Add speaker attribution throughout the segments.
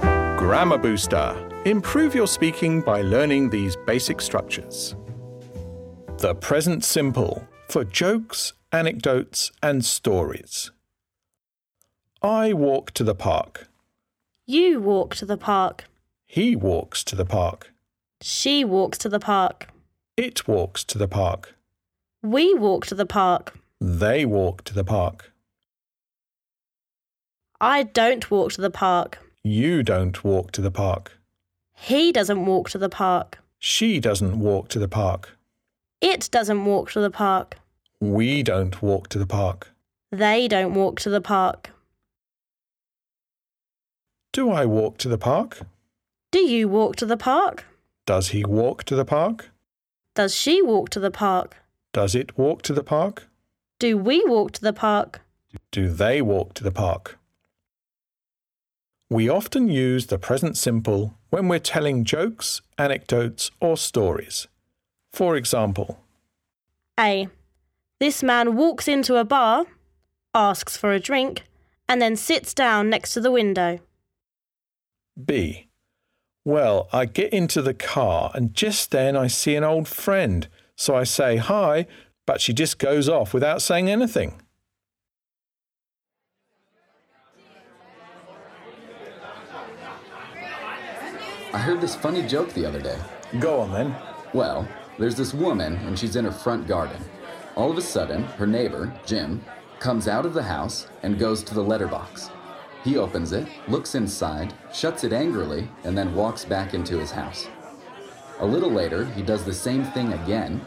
Speaker 1: Grammar Booster. Improve your speaking by learning these basic structures. The present simple for jokes, anecdotes, and stories. I walk to the park.
Speaker 2: You walk to the park.
Speaker 1: He walks to the park.
Speaker 2: She walks to the park.
Speaker 1: It walks to the park.
Speaker 2: We walk to the park.
Speaker 1: They walk to the park.
Speaker 2: I don't walk to the park.
Speaker 1: You don't walk to the park.
Speaker 2: He doesn't walk to the park.
Speaker 1: She doesn't walk to the park.
Speaker 2: It doesn't walk to the park.
Speaker 1: We don't walk to the park.
Speaker 2: They don't walk to the park.
Speaker 1: Do I walk to the park?
Speaker 2: Do you walk to the park?
Speaker 1: Does he walk to the park?
Speaker 2: Does she walk to the park?
Speaker 1: Does it walk to the park?
Speaker 2: Do we walk to the park?
Speaker 1: Do they walk to the park? We often use the present simple when we're telling jokes, anecdotes, or stories. For example,
Speaker 2: A. This man walks into a bar, asks for a drink, and then sits down next to the window.
Speaker 1: B. Well, I get into the car and just then I see an old friend, so I say hi, but she just goes off without saying anything.
Speaker 3: I heard this funny joke the other day.
Speaker 1: Go on then.
Speaker 3: Well, there's this woman, and she's in her front garden. All of a sudden, her neighbor, Jim, comes out of the house and goes to the letterbox. He opens it, looks inside, shuts it angrily, and then walks back into his house. A little later, he does the same thing again,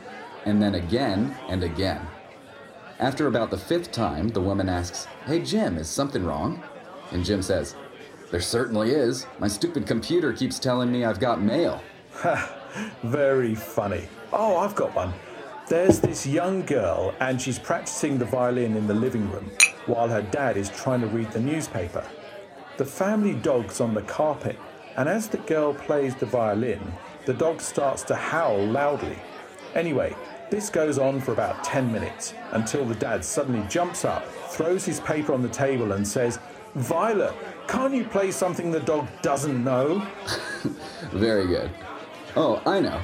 Speaker 3: and then again and again. After about the fifth time, the woman asks, Hey Jim, is something wrong? And Jim says, There certainly is. My stupid computer keeps telling me I've got mail.
Speaker 1: Very funny. Oh, I've got one. There's this young girl, and she's practicing the violin in the living room while her dad is trying to read the newspaper. The family dog's on the carpet, and as the girl plays the violin, the dog starts to howl loudly. Anyway, this goes on for about 10 minutes until the dad suddenly jumps up, throws his paper on the table, and says, Violet, can't you play something the dog doesn't know?
Speaker 3: Very good. Oh, I know.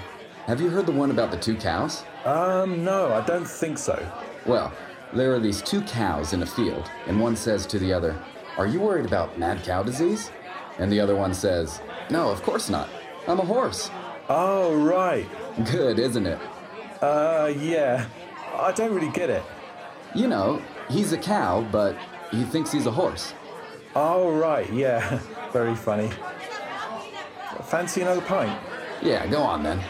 Speaker 3: Have you heard the one about the two cows?
Speaker 1: Um, no, I don't think so.
Speaker 3: Well, there are these two cows in a field, and one says to the other, Are you worried about mad cow disease? And the other one says, No, of course not. I'm a horse.
Speaker 1: Oh, right.
Speaker 3: Good, isn't it?
Speaker 1: Uh, yeah. I don't really get it.
Speaker 3: You know, he's a cow, but he thinks he's a horse.
Speaker 1: Oh, right, yeah. Very funny. Fancy another pint?
Speaker 3: Yeah, go on then.